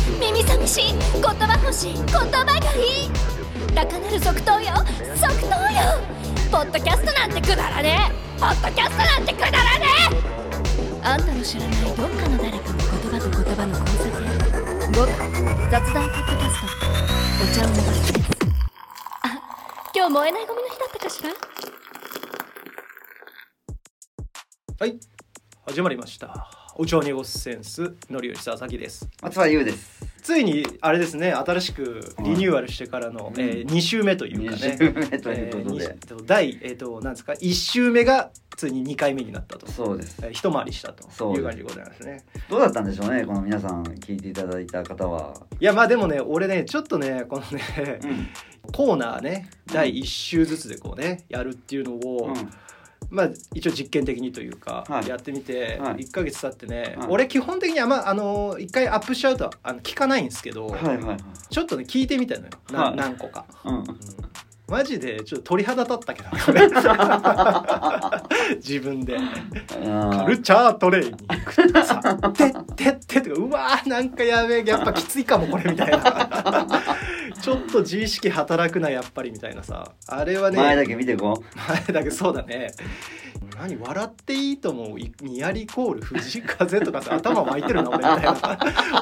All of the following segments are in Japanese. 欲しい言葉欲しい言葉がいい高鳴る即答よ即答よポッドキャストなんてくだらねえポッドキャストなんてくだらねえあんたの知らないどっかの誰かの言葉と言葉の交差点僕雑談ポッドキャストお茶を飲ますあ今日燃えないゴミの日だったかしらはい始まりましたお茶を濁すセンスのりよりささきです松葉優です。ついにあれですね新しくリニューアルしてからの、うんえー、2週目というか二ね週目ということえーで二、週と第えっ、となんですか1週目がついに2回目になったと、そうです。えー、一回りしたとそういですう感じでございますねどうだったんでしょうね、この皆さん聞いていただいた方は。いやまあでもね俺ねちょっとねこのねうん、コーナーね第1週ずつでこうねやるっていうのを、まあ一応実験的にというか、はいやってみてはい1ヶ月経ってね、はい俺基本的にあんまあの1回アップしちゃうとあの聞かないんですけど、はいはいはい。ちょっとね聞いてみたのよ、なはい何個か。うん、マジでちょっと鳥肌立ったけ ど自分で「カあルチャートレイン」さ「てってって」とか「うわーなんかやべえやっぱきついかもこれ」みたい なちょっと自意識働くなやっぱりみたいなさあれはーね前だけ見てこ前だけそうだね何笑っていいと思ういニヤリコール藤風とかさ頭湧いてるな俺みたい な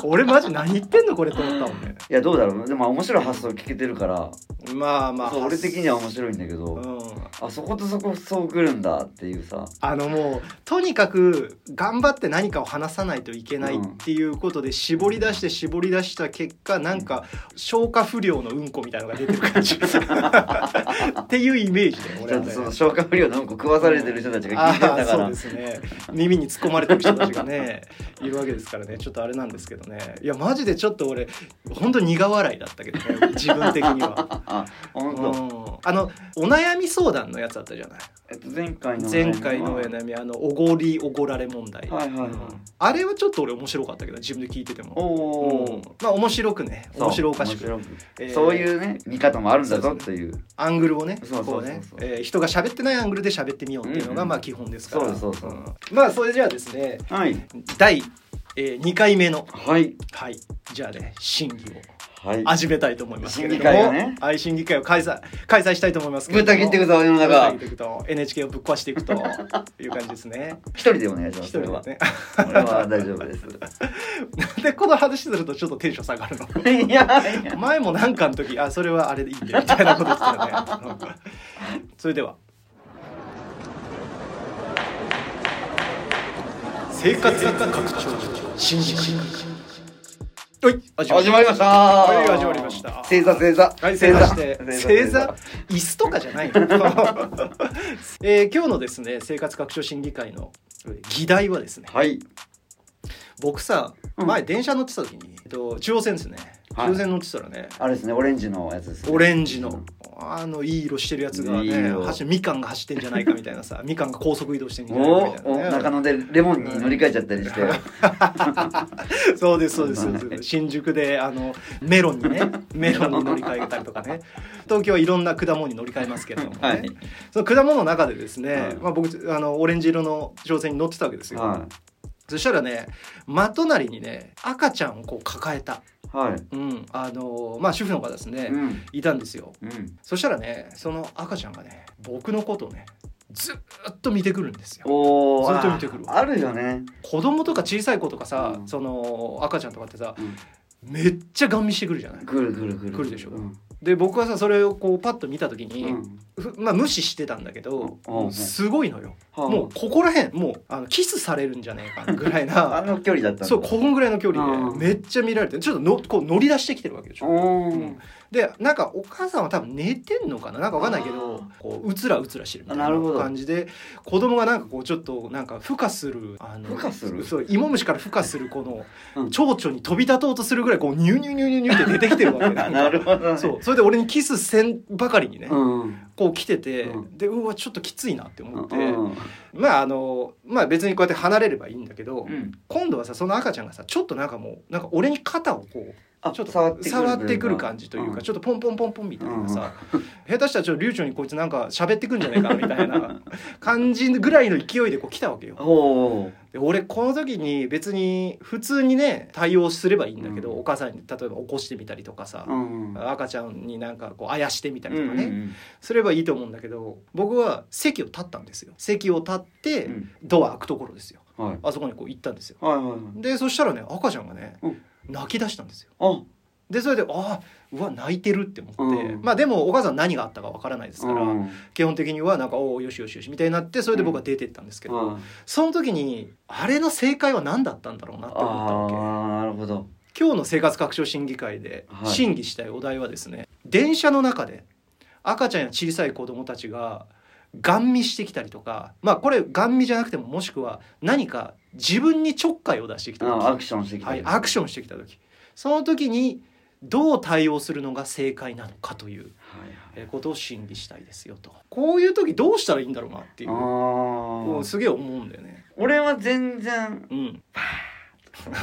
俺マジ何言ってんのこれと思ったもんねう。いやどうだろう。でも面白い発想聞けてるから、まあまあそう俺的には面白いんだけど、うんあそことそこそうくるんだっていうさ。あのもうとにかく頑張って何かを話さないといけないっていうことで絞り出して絞り出した結果なんか消化不良のうんこみたいなのが出てる感じ っていうイメージでち俺ょはっとねその消化不良のうんこ食わされてる人たちが聞いてたかあらー。そうですね耳に突っ込まれてる人たちがね いるわけですからねちょっとあれなんですけどねいやマジでちょっと俺本当苦笑いだったけどね自分的には。あ、う 本当。ん、あのお悩み相談のやつあったじゃないえっと前回の前回のお悩みあのおごりおごられ問題、はいはいはいあれはちょっと俺面白かったけど自分で聞いててもうおんお。まあ面白くね面白おかしくそう面え白ーくそういうね見方もあるんだぞというアングルをねそうこそうそううそうね、えー人が喋ってないアングルで喋ってみようっていうのうんがうんまあ基本ですから、そうそうそうんまあそれじゃあですねはい第、え2回目のはいはいじゃあね審議をはい始めたいと思いますけれども審議会をねはい審議会を開催開催したいと思いますけぶれっどたも切っていくぞ世のぶった中切っていくと NHK をぶっ壊していくという感じですね一人でお願いしま一 すそ人れははね これは大丈夫ですでこの話するとちょっとテンション下がるのいやいや前もなんかの時あそれはあれでいいんだよみたいなこと言ってたよねそれでは生活拡張新宿はい始始まりましたはい始まりました正座正座はい、正座して正正座座椅子とかじゃないの、 えー今日のですね生活拡張審議会の議題はですねはい僕さうん前電車乗ってた時に、えっと、中央線ですねはい中央線乗ってたらね、あれですねオレンジのやつですねオレンジのあのいい色してるやつがいいね色走るみかんが走ってんじゃないかみたいな さみかんが高速移動してんじゃないおかみーたおいな中ね野でレモンに乗り換えちゃったりしてそうですそうですそうはですい新宿であのメロンにね メロンに乗り換えたりとかね東京はいろんな果物に乗り換えますけれどもね、はいその果物の中でですね、はいまあ、僕あのオレンジ色の乗船に乗ってたわけですよ、はそしたらね真隣にね赤ちゃんをこう抱えた、いはうんあのまあ、主婦の方ですね、いうんいたんですようんそしたらねその赤ちゃんがね僕のことをねずーっと見てくるんですよおーずっと見てくるああるよね子供とか小さい子とかさ、うんその赤ちゃんとかってさうんめっちゃガン見してくるじゃないくるくるくる来るでしょうんで僕はさそれをこうパッと見た時に、うんふまあ無視してたんだけど、うんもうすごいのよ、はあもうここら辺もうあのキスされるんじゃねえかぐらいなあの距離だったんだそうこんぐらいの距離うんでめっちゃ見られてちょっとのこう乗り出してきてるわけでしょうおーんでなんかお母さんは多分寝てんのかななんかわかんないけどこううつらうつらしてるみたいななるほど感じで子供がなんかこうちょっとなんか孵化するあの孵化するそう芋虫から孵化するこのうん蝶々に飛び立とうとするぐらいこうニューニューニューニューニューって出てきてるわけあ なるほど ねそうそれで俺にキスせんばかりにね、うんこう来てて、うんでうわちょっときついなって思って、うんまああのまあ別にこうやって離れればいいんだけど、うん今度はさその赤ちゃんがさちょっとなんかもうなんか俺に肩をこうあちょっと触ってくる触ってくる感じというか、うんちょっとポンポンポンポンみたいなさ、下手したらちょっと流暢にこいつ なんか喋ってくんじゃないかみたいな感じぐらいの勢いでこう来たわけよ。おーで俺この時に別に普通にね対応すればいいんだけど、うんお母さんに例えば起こしてみたりとかさ、うんうん赤ちゃんになんかこうあやしてみたりとかね、うんすればいいと思うんだけど僕は席を立ったんですよ席を立って、うんドア開くところですようんはいあそこにこう行ったんですよはいはいはいでそしたらね赤ちゃんがね、うん泣き出したんですよあでそれでああうわ泣いてるって思って、うんまあでもお母さん何があったかわからないですから、うん基本的にはなんかおおよしよしよしみたいになってそれで僕は出てったんですけど、はいその時にあれの正解は何だったんだろうなって思ったわけああなるほど今日の生活拡張審議会ではい審議したいお題はですね、電車の中で赤ちゃんや小さい子どもたちがガン見してきたりとかまあこれガン見じゃなくてももしくは何か自分にちょっかいを出してきたあ時ーアクションしてきたはい、アクションしてきた時その時にどう対応するのが正解なのかというはいはいえーことを審議したいですよとこういう時どうしたらいいんだろうなっていあうもうーすげえ思うんだよね。俺は全然うん、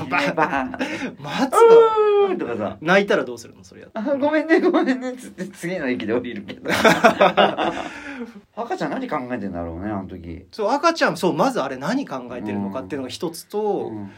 バー バン松がうーんとかさ泣いたらどうするのそれやったあらごめんねごめんねっつって次の駅で降りる けど赤ちゃん何考えてんだろうねあの時そう赤ちゃんそうまずあれ何考えてるのかっていうのが一つと、うん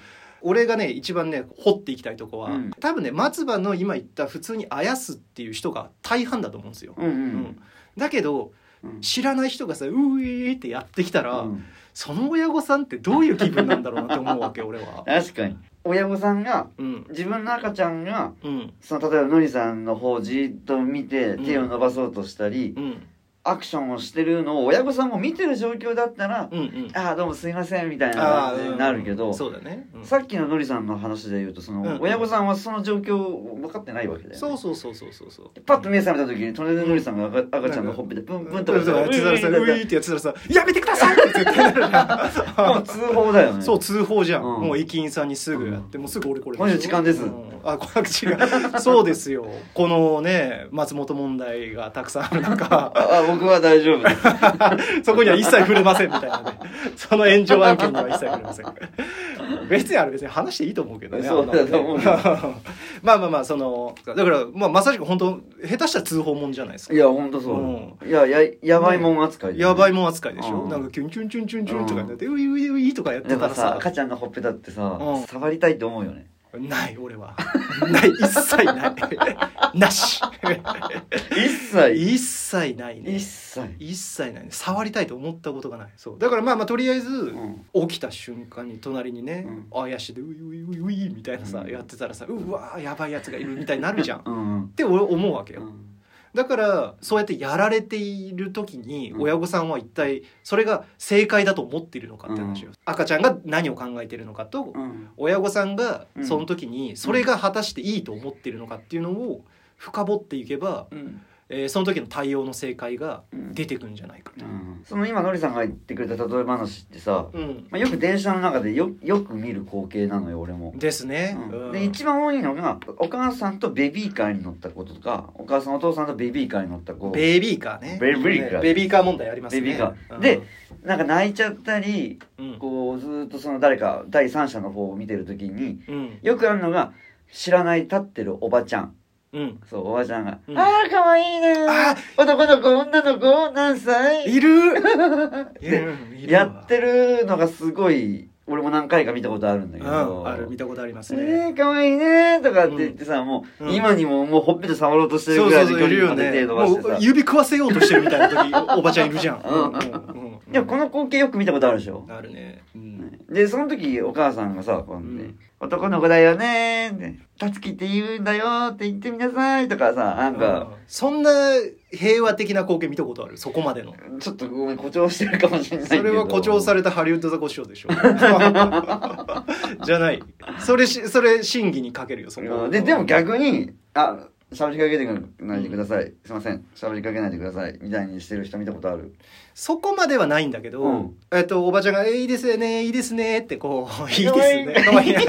俺がね一番ね掘っていきたいとこは、うん多分ね松葉の今言った普通にあやすっていう人が大半だと思うんですよ。うんううんだけどうん知らない人がさ「うーい」ってやってきたら、うんその親御さんってどういう気分なんだろうなって思うわけ俺は。確かに親御さんがうん自分の赤ちゃんがうんその例えばのりさんの方をじっと見てうん手を伸ばそうとしたり、うんアクションをしてるのを親御さんも見てる状況だったら「うんうんああどうもすいません」みたいなあ感じーになるけど、うんそうだね、うんさっきののりさんの話で言うとその、うん親御さんはその状況を分かってないわけだよね、そうそうそうそうそうそうパッと目覚めた時に隣ののりさんが赤赤ちゃんのほっぺでブンブンとかそうやってたらさ「うい」ってやってたらさ「やめてください!」って絶対なるじゃんもう通報だよねそう通報じゃん、うんもう駅員さんにすぐやって、もうすぐ俺これもう時間ですうんあこれ違うそうですよこのね松本問題がたくさんある中ああ僕は大丈夫です そこには一切触れませんみたいなね その炎上案件には一切触れません 別にあれ別に話していいと思うけどねそうだと思うけどあのね まあまあまあそのだから、まあ、まさしく本当下手したら通報もんじゃないですかいやほんとそう、いやややばいもん扱いだよね、やばいもん扱いでしょ、うんなんかキュンキュンキュンキュンキュンとかやって、ういういういとかやってでたもらささ赤ちゃんのほっぺだってさ、うん触りたいと思うよねない俺は ない一切ない なし一切一切ないね一切、一切ないね触りたいと思ったことがないそうだからまあまあとりあえず、うん起きた瞬間に隣にね、あやしでういういういういみたいなさ、うんやってたらさうわーやばいやつがいるみたいになるじゃんっうんて俺思うわけうよ、んだからそうやってやられている時にうん親御さんは一体それが正解だと思っているのかって話を、赤ちゃんが何を考えているのかとうん親御さんがうんその時にそれが果たしていいと思っているのかっていうのを深掘っていけば、うんえーその時の対応の正解がうん出てくるんじゃないかと。その今のりさんが言ってくれた例え話ってさ、うんまあ、よく電車の中でよよく見る光景なのよ俺も。ですね。うんうんで一番多いのがお母さんとベビーカーに乗った子とかお母さんお父さんとベビーカーに乗った子ベビーカーね。ベビーカーベビーカー問題ありますね。ベビーカーうんで、なんか泣いちゃったりうんこうずーっとその誰か第三者の方を見てる時にうんよくあるのが知らない立ってるおばちゃんうん。そうおばちゃんが「うんああかわいいねあ男の子女の子何歳?いる。でうん」いるわやってるのがすごい俺も何回か見たことあるんだけど、うん、ある見たことありますね。ねえ、かわいいねとかって言ってさ、もう、うん今にももうほっぺた触ろうとしてるそうぐらそいうでそう距いる離よまで手ね。伸ばもしてうさ。指食わせようとしてるみたいな時おばちゃんいるじゃん。うんんでもこの光景よく見たことあるでしょ、あるね。うんで、その時お母さんがさ、こうやってうん男の子だよねーって、たつきって言うんだよーって言ってみなさいとかさ、なんうんか、そんな平和的な光景見たことあるそこまでの。ちょっとごめん、誇張してるかもしれないそけど。れは誇張されれたハリウッドザコシショウ でしょ。じゃない。それし、それ審議にかけるよ、そこはで、でも逆に、あ、喋りかけてくないでください。すいません。喋りかけないでください。みたいにしてる人見たことあ る。そこまではないんだけど、うんえっと、おばちゃんが、えーいいですね、いいですね、ってこ う、いいですね、かかわわいいいいな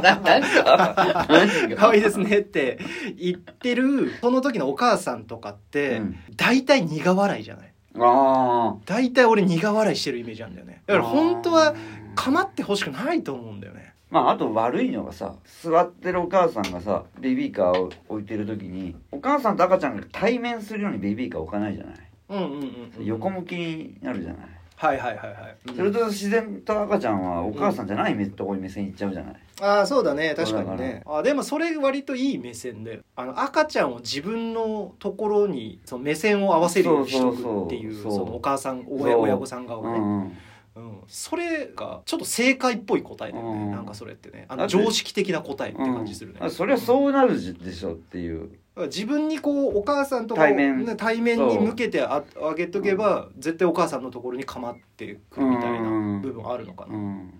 なんか何が可愛いですねって言ってるその時のお母さんとかって、うん大体苦笑いじゃないあ大体俺苦笑いしてるイメージなんだよねあだから本当は構ってほしくないと思うんだよねまああと悪いのがさ座ってるお母さんがさベビーカーを置いてる時にお母さんと赤ちゃんが対面するようにベビーカー置かないじゃないうんうんうん、うん、横向きになるじゃないはいはいはいはい、うんそれと自然と赤ちゃんはお母さんじゃない目とこういう目線いっちゃうじゃない、ああそうだね確かにねあでもそれ割といい目線であの赤ちゃんを自分のところにその目線を合わせるようにしとくっていうそそうそうそうのお母さんそ親う親御さん側うがね、んうん、うん、それがちょっと正解っぽい答えだよね、うんなんかそれってねあだのって常識的な答えって感じするね、うんあそりゃそうなるでしょっていう自分にこうお母さんとこう対面ね対面に向けてああげとけば、絶対お母さんのところに構ってくるみたいな部分あるのかな、うん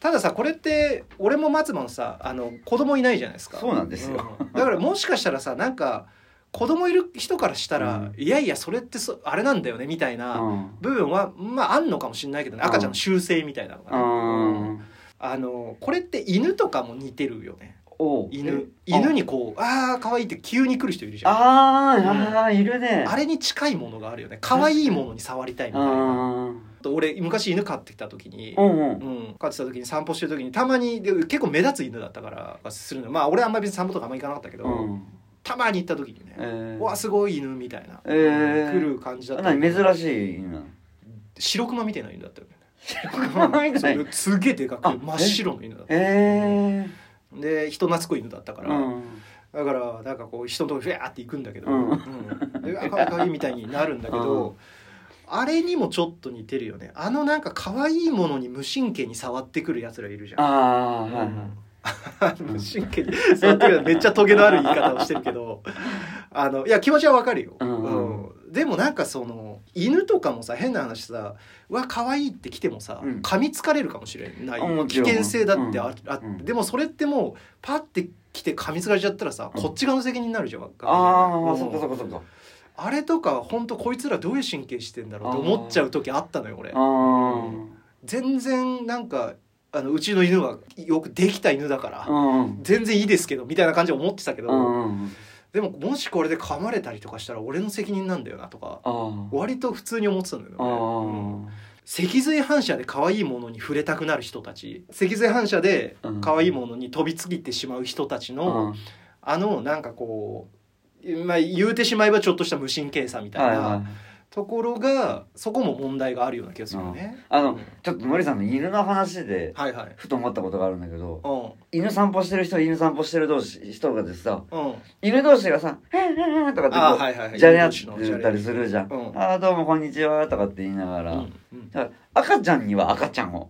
たださこれって俺も松もさあの子供いないじゃないですかそうなんですようんだからもしかしたらさなんか子供いる人からしたら、いやいやそれってそあれなんだよねみたいなうん部分はまああんのかもしれないけど、ね、赤ちゃんの習性みたいなのがね、うんああのこれって犬とかも似てるよねお犬え犬にこうああ可愛いって急に来る人いるじゃんああーあーいるねれに近いものがあるよね可愛いものに触りたいみたいなああと俺昔犬飼ってきた時にーうんうんうん、飼ってた時に散歩してる時にたまにで結構目立つ犬だったからするのまあ俺あんまり別に散歩とかあんまり行かなかったけど、うんたまに行った時にね、えーうわすごい犬みたいな、えー来る感じだった何珍しい今白熊みたいな犬だったよねみたいそうすげえでかくあて真っ白の犬だったえーで人懐っこい犬だったから、うんだからなんかこう人のとこフェーって行くんだけど、うんうんでうわかわいいかわいいみたいになるんだけど、あれにもちょっと似てるよねあのなんか可愛いものに無神経に触ってくるやつらいるじゃんあーはい はい無神経に触ってくるめっちゃトゲのある言い方をしてるけ どあのいや気持ちはわかるよ、うんうんでもなんかその犬とかもさ変な話さうわ可愛いって来てもさ、うん噛みつかれるかもしれないあもち危ろん険性だってあ,、あうんでもそれってもうパッて来て噛みつかれちゃったらさ、うんこっち側の責任になるじゃんわかんないあうあんそっかそっかそっかあれとか本当こいつらどういう神経してんだろうと思っちゃう時あったのよ俺あー全然なんかあのうちの犬はよくできた犬だから、うん全然いいですけどみたいな感じで思ってたけど、うんでももしこれで噛まれたりとかしたら俺の責任なんだよなとかあー割と普通に思ってたんだよねあー脊髄反射で可愛いものに触れたくなる人たち脊髄反射で可愛いものに飛びついてしまう人たちの、うんあのなんかこう、まあ、言うてしまえばちょっとした無神経さみたはいいはいなところがそこも問題があるような気がするよね。あのちょっとのりさんの犬の話ではいはい、ふと思ったことがあるんだけどうん犬散歩してる人犬散歩してる同士人がでさうん犬同士がさ「へんへんへん」とかってあーこはいはいはういじゃれ合ってたりするじゃん「うんああどうもこんにちは」とかって言いながら、うんうん、だから赤ちゃんには赤ちゃんを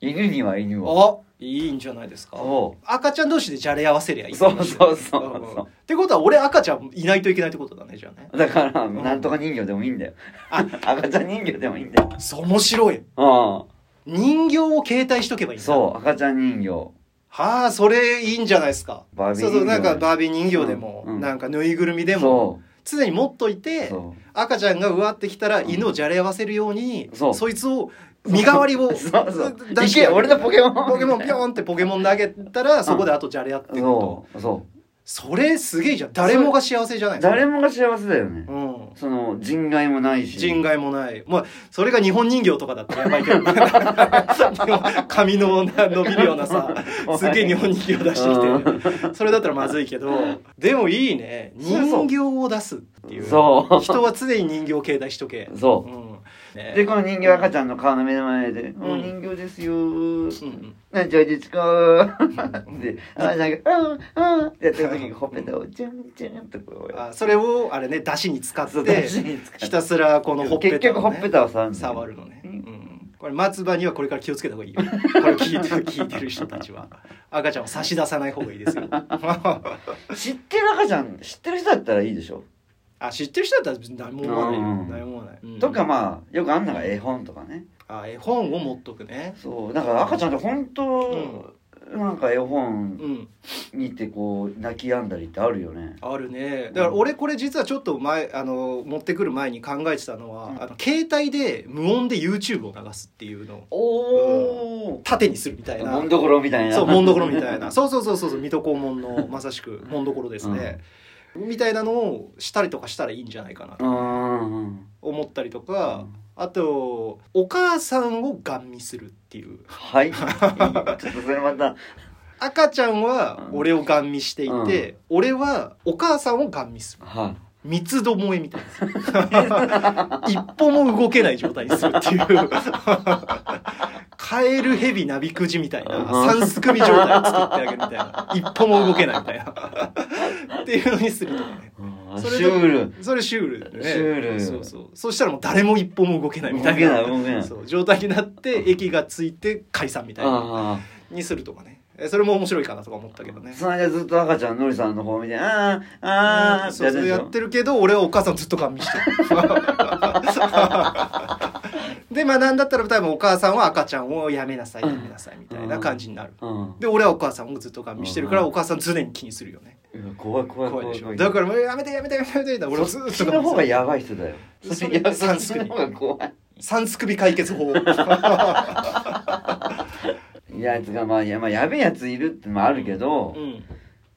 犬には犬をあいいんじゃないですか。そ赤ちゃん同士でじゃれ合わせりゃいいってそこうとそうですそよねうそうそんってことは俺赤ちゃんいないといけないってことだねじゃあねうだから、んなんとか人形でもいいんだよあ赤ちゃん人形でもいいんだよそう面白いうん人形を携帯しとけばいいんだそう赤ちゃん人形はあそれいいんじゃないですかバービーそうそうなんか人形バービー人形でも、うんうんなんかぬいぐるみでもそ常に持っというてそ赤ちゃんがうわってきたらうん犬をじゃれ合わせるようにそういつを身代わりをう そうそう出いしてけ俺のポケモン ポケモンピョンってポケモン投げたらそこであとじゃれ合っていくとそうそそれすげえじゃん誰もが幸せじゃないうですか誰もが幸せだよねうんその人外もないし人外もない。まあ、それが日本人形とかだったらやばいけど、 ね、髪のな伸びるような さ、すげえ日本人形出してきて、それだったらまずいけど、でもいいね。そうそう人形を出すっていう。そ人は常に人形を携帯しとけ。。うそううんねでこの人形赤ちゃんの顔の目の前で「んお人形ですよーうんうんなんちゃいですかー」で赤ちゃんが「うんうん」ってやってる時にほっぺたをチュンチュンとこうやっあそれを、あれね、出汁に使ってて、ひたすらこのほっぺたを、ね。結局ほっぺたを触るんだよ触るのね、ううんん、これ松葉にはこれから気をつけた方がいいよこれ聞いてる聞いてる人たちは赤ちゃんを差し出さない方がいいですよ知ってる赤ちゃん知ってる人だったらいいでしょ、あ知ってる人だったら別に何も思わないよ、うん何も思わない、うんとかまあよくあんのが絵本とかねあ絵本を持っとくねそうだから赤ちゃんって本当、なんか絵う本ん見てこう泣き止んだりってあるよねあるねだから俺これ実はちょっと前あの持ってくる前に考えてたのは、うんあの携帯で無音で YouTube を流すっていうのをおお、縦にするみたいなもんどころみたいなそう、もんどころみたいな。 そうそうそうそうそう、水戸黄門のまさしく、もんどころですね。みたいなのをしたりとかしたらいいんじゃないかなうとんうん思ったりとか、あと、お母さんをガン見するっていう。はい。 ちょっとそれまた。赤ちゃんはうん俺をガン見していて、俺はお母さんをガン見する。は三つどもえみたい な一歩も動けない状態にするっていうカエルヘビナビクジみたいな三すくみ状態を作ってあげるみたいな一歩も動けないみたいなっていうのにするとかねうんそれでシュールそれシュールだよねシュールそうそうそしたらもう誰も一歩も動けないみたい動けない動けないそう状態になって駅がついて解散みたいなあにするとかねえそれも面白いかなとか思ったけどあねその間ずっと赤ちゃんのりさんの方を見て「あーあーあー」そうそうやってるるけど俺はお母さんをずっと顔見 してるでまあなんだったら多分お母さんは赤ちゃんをやめなさいやめなさいみたいな感じになるでしょうんで俺はお母さんをずっと顔見してるかうらんお母さん常に気にするよねうわ怖い怖い怖怖いでいし怖ょいだからもうやめてやめてやめてやめて俺はずっとそっち顔の見て方がるやばい人だよそいれやそサっンちスのク方が怖い三すくび解決法いやつがまあや,、まあ、やべえやついるってのもあるけ ど、うん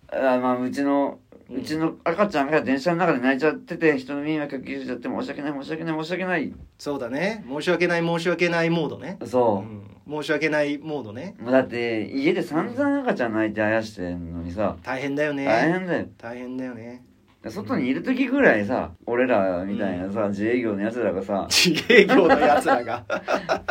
あーまあ、うちのうんうちの赤ちゃんが電車の中で泣いちゃってて人の迷惑かけちゃって申し訳ない申し訳ない申し訳ないそうだね申し訳ない申し訳ないモードねうそん申し訳ないモードねう、もうだって家で散々赤ちゃん泣いてあやしてんのにさ大変だよ大ね変だよ大変だよね外にいる時ぐらいさ俺らみたいなさ自営業のやつらがさ自営業のやつらが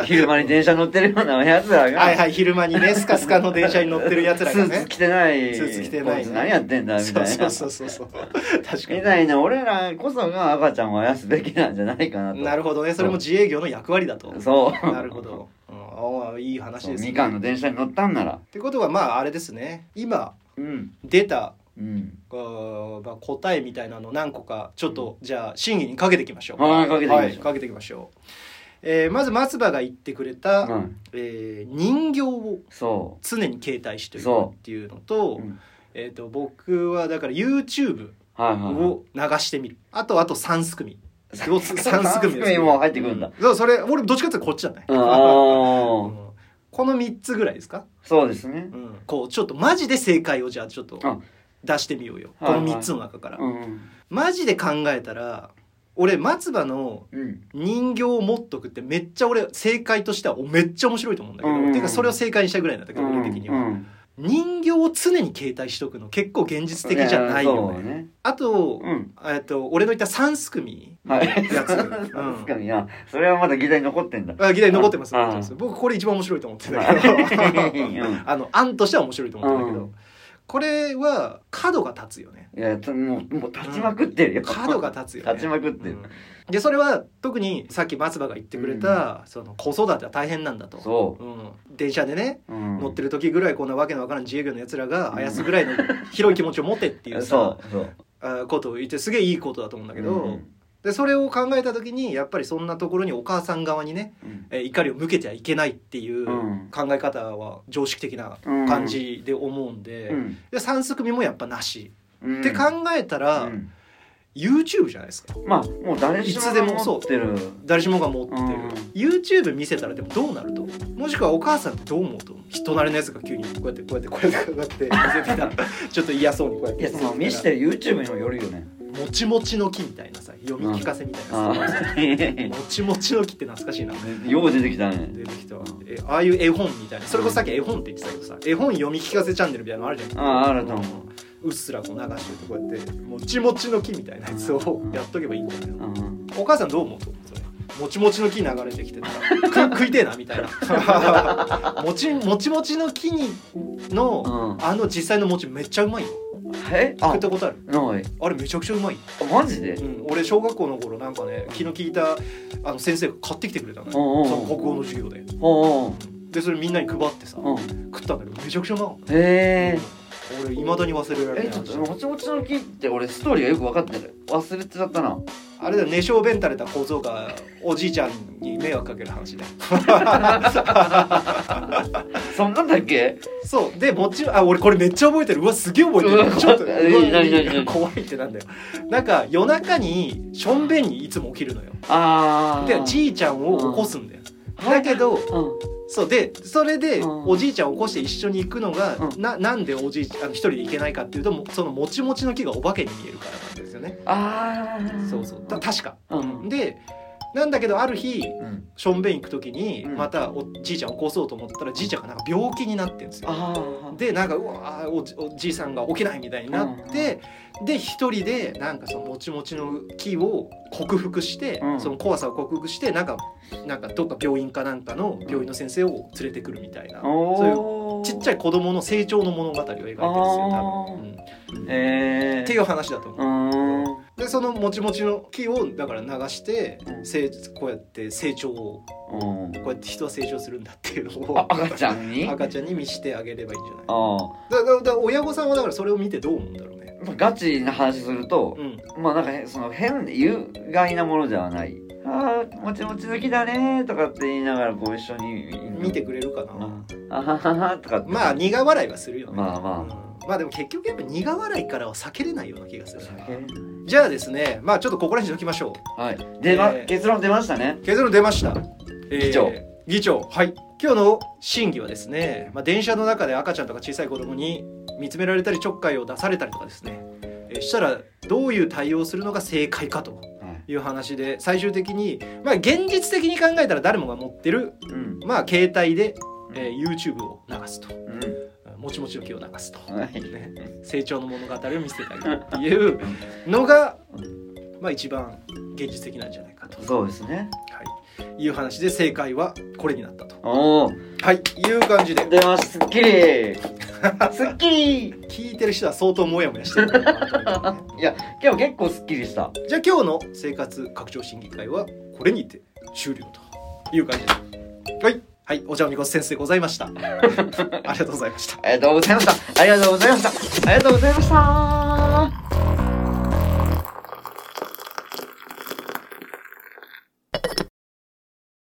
昼間に電車乗ってるようなやつら がはいはい昼間にねスカスカの電車に乗ってるやつらがスー ねツ着てないスーツ着てないねこつ何やってんだみたいなそうそうそうそう確みかたいな俺らこそが赤ちゃんをあやすべきなんじゃないかなとになるほどねそれも自営業の役割だとそうなるほど、うん、ああいい話そうですねみかんの電車に乗ったんならってことはまああれですね今うん出たうんあーまあ、答えみたいなの何個かちょっと、じゃあ審議にかけていきましょうはいかけていきましょうはいかけていきましょうえーまず松葉が言ってくれた、うんえー人形をそ常に携帯しているそっていうのと,、う、うんえー、と僕はだから YouTube はいはいはいを流してみる、あとあと3すく み三すくみですねも入ってくるんだ、そうそれ俺どっちかっていうとこっちだね、あうんあ この3つぐらいですか、そうですねうん、こうちょっとマジで正解をじゃあちょっとあ出してみようよ、はいはいこの3つの中から、うんマジで考えたら俺松葉のうん人形を持っとくってめっちゃ俺正解としてはめっちゃ面白いと思うんだけど、うんうんうんていうかそれを正解にしたぐらいなんだけうど、ん俺的には、うん人形を常に携帯しとくの結構現実的じゃないよやねそうねあと,、うんえっと俺の言った三すくみのはやい つ、うん確かになそれはまだ議題に残ってんだあ議題に残ってますうん残ってます僕これ一番面白いと思ってんだ けどうんあの案としては面白いと思ってんだけど、うんこれは角が立つよねいやつもうもう立ちまくってるよ角が立つよ、ね、立ちまくってるうんでそれは特にさっき松葉が言ってくれた、その子育ては大変なんだとそううん、電車でねうん乗ってる時ぐらいこんなわけのわからん自営業のやつらがあやすぐらいの広い気持ちを持てっていうさそ、うそうあことを言ってすげえいいことだと思うんだけど、うんでそれを考えた時にやっぱりそんなところにお母さん側にね、うんえー怒りを向けてはいけないっていううん考え方は常識的な感じで思うんで,、うんで三すくみもやっぱなし、うんって考えたら、うん YouTube じゃないですか。まあもう誰しもいつでもが持ってる誰しもが持ってる、YouTube 見せたらでもどうなると思うもしくはお母さんってどう思うと思う人なれのやつが急にこうやってこうやってこうやってこうやって見 せてきたらちょっと嫌そうにこうやっていやその見してる YouTube にもよるよねもちもちの木みたいなさ読み聞かせみたいあなさ、ーもちもちの木って懐かしいなよう出てきたね出てきたわえああいう絵本みたいなそれこそさっき絵本って言ってたけどさ絵本読み聞かせチャンネルみたいなのあるじゃんあああると思ううっすらこう流してるとこうやってもちもちの木みたいなやつをやっとけばいいんだよ、うんお母さんどう思うと思うそれもちもちの木流れてきてたらく食い てえなみたいな もちもちもちの木にのうんあの実際の餅めっちゃうまいよえあ食ったことあるないあれめちゃくちゃうまい、あマジでうん、俺小学校の頃なんかね気の利いたあの先生が買ってきてくれたのよおうおうその国語の授業でおうでそれみんなに配ってさおううん食ったんだけどめちゃくちゃうまかっへえた俺いまだに忘れられなえいちょっともちもちの木って俺ストーリーがよく分かってる忘れてちゃったなあれだよ寝小便垂れた小僧がおじいちゃんに迷惑かける話だよそんなんだっけそうでもちあ俺これめっちゃ覚えてるうわすげえ覚えてうわるちょっとうわえ何何何怖いってなんだよなんか夜中にしょんべんにいつも起きるのよああでじいちゃんを起こすんだよだけどうんそうでそれでうんおじいちゃんを起こして一緒に行くのがうななんでおじいちゃんあの一人で行けないかっていうともうそのもちもちの木がお化けに見えるからなんですよねああそうそうた確かうんでなんだけどある日うんしょんべん行く時にうんまたおじいちゃん起こそうと思ったらじいちゃんがなんか病気になってるんですよ。あーでなんかうわーおじおじいさんが起きないみたいになって、で一人でなんかそのもちもちの木を克服して、うんその怖さを克服してなんかなんかどっか病院かなんかの病院の先生を連れてくるみたいな、そういうおちっちゃいい子供の成長の物語を描いてるんですよ多分、うんえー、っていう話だと思うう。ーんでそのもちもちの木をだから流して、うん成こうやって成長をうんこうやって人は成長するんだっていうのをあ赤ちゃんにあ赤ちゃんに見してあげればいいんじゃないあだだだ親御さんはだからそれを見てどう思うんだろうね。ーガチな話するとう、ん、まあなんかへその変で有害なものではないあーもちもち好きだねーとかって言いながらこう一緒に見てくれるかあな。ーあはははとかってまあ苦笑いはするよね。まあまあうんまあでも結局やっぱ苦笑いからは避けれないような気がするな避けれないじゃあですねまあちょっとここら辺にしときましょはいで、まえー結論出ましたねう結論出ました、えー議長議長はい今日の審議はですね、まあ、電車の中で赤ちゃんとか小さい子供に見つめられたりちょっかいを出されたりとかですね、えーしたらどういう対応をするのが正解かとはいいう話で最終的にまあ現実的に考えたら誰もが持ってるうんまあ携帯で、えー YouTube を流すとうもちもちの木を流すと、んはいね、成長の物語を見せてあげるっていうのが、まあ、一番現実的なんじゃないかと、そうですねはい、いう話で正解はこれになったと、おおはい、いう感じで出ますすっきり すっきり聞いてる人は相当モヤモヤしてると思うのでねいや今日結構すっきりしたじゃあ今日の生活拡張審議会はこれにて終了という感じではい、はい、お茶をみこ先生でございましたありがとうございましたありがとうございましたありがとうございましたありがとうございました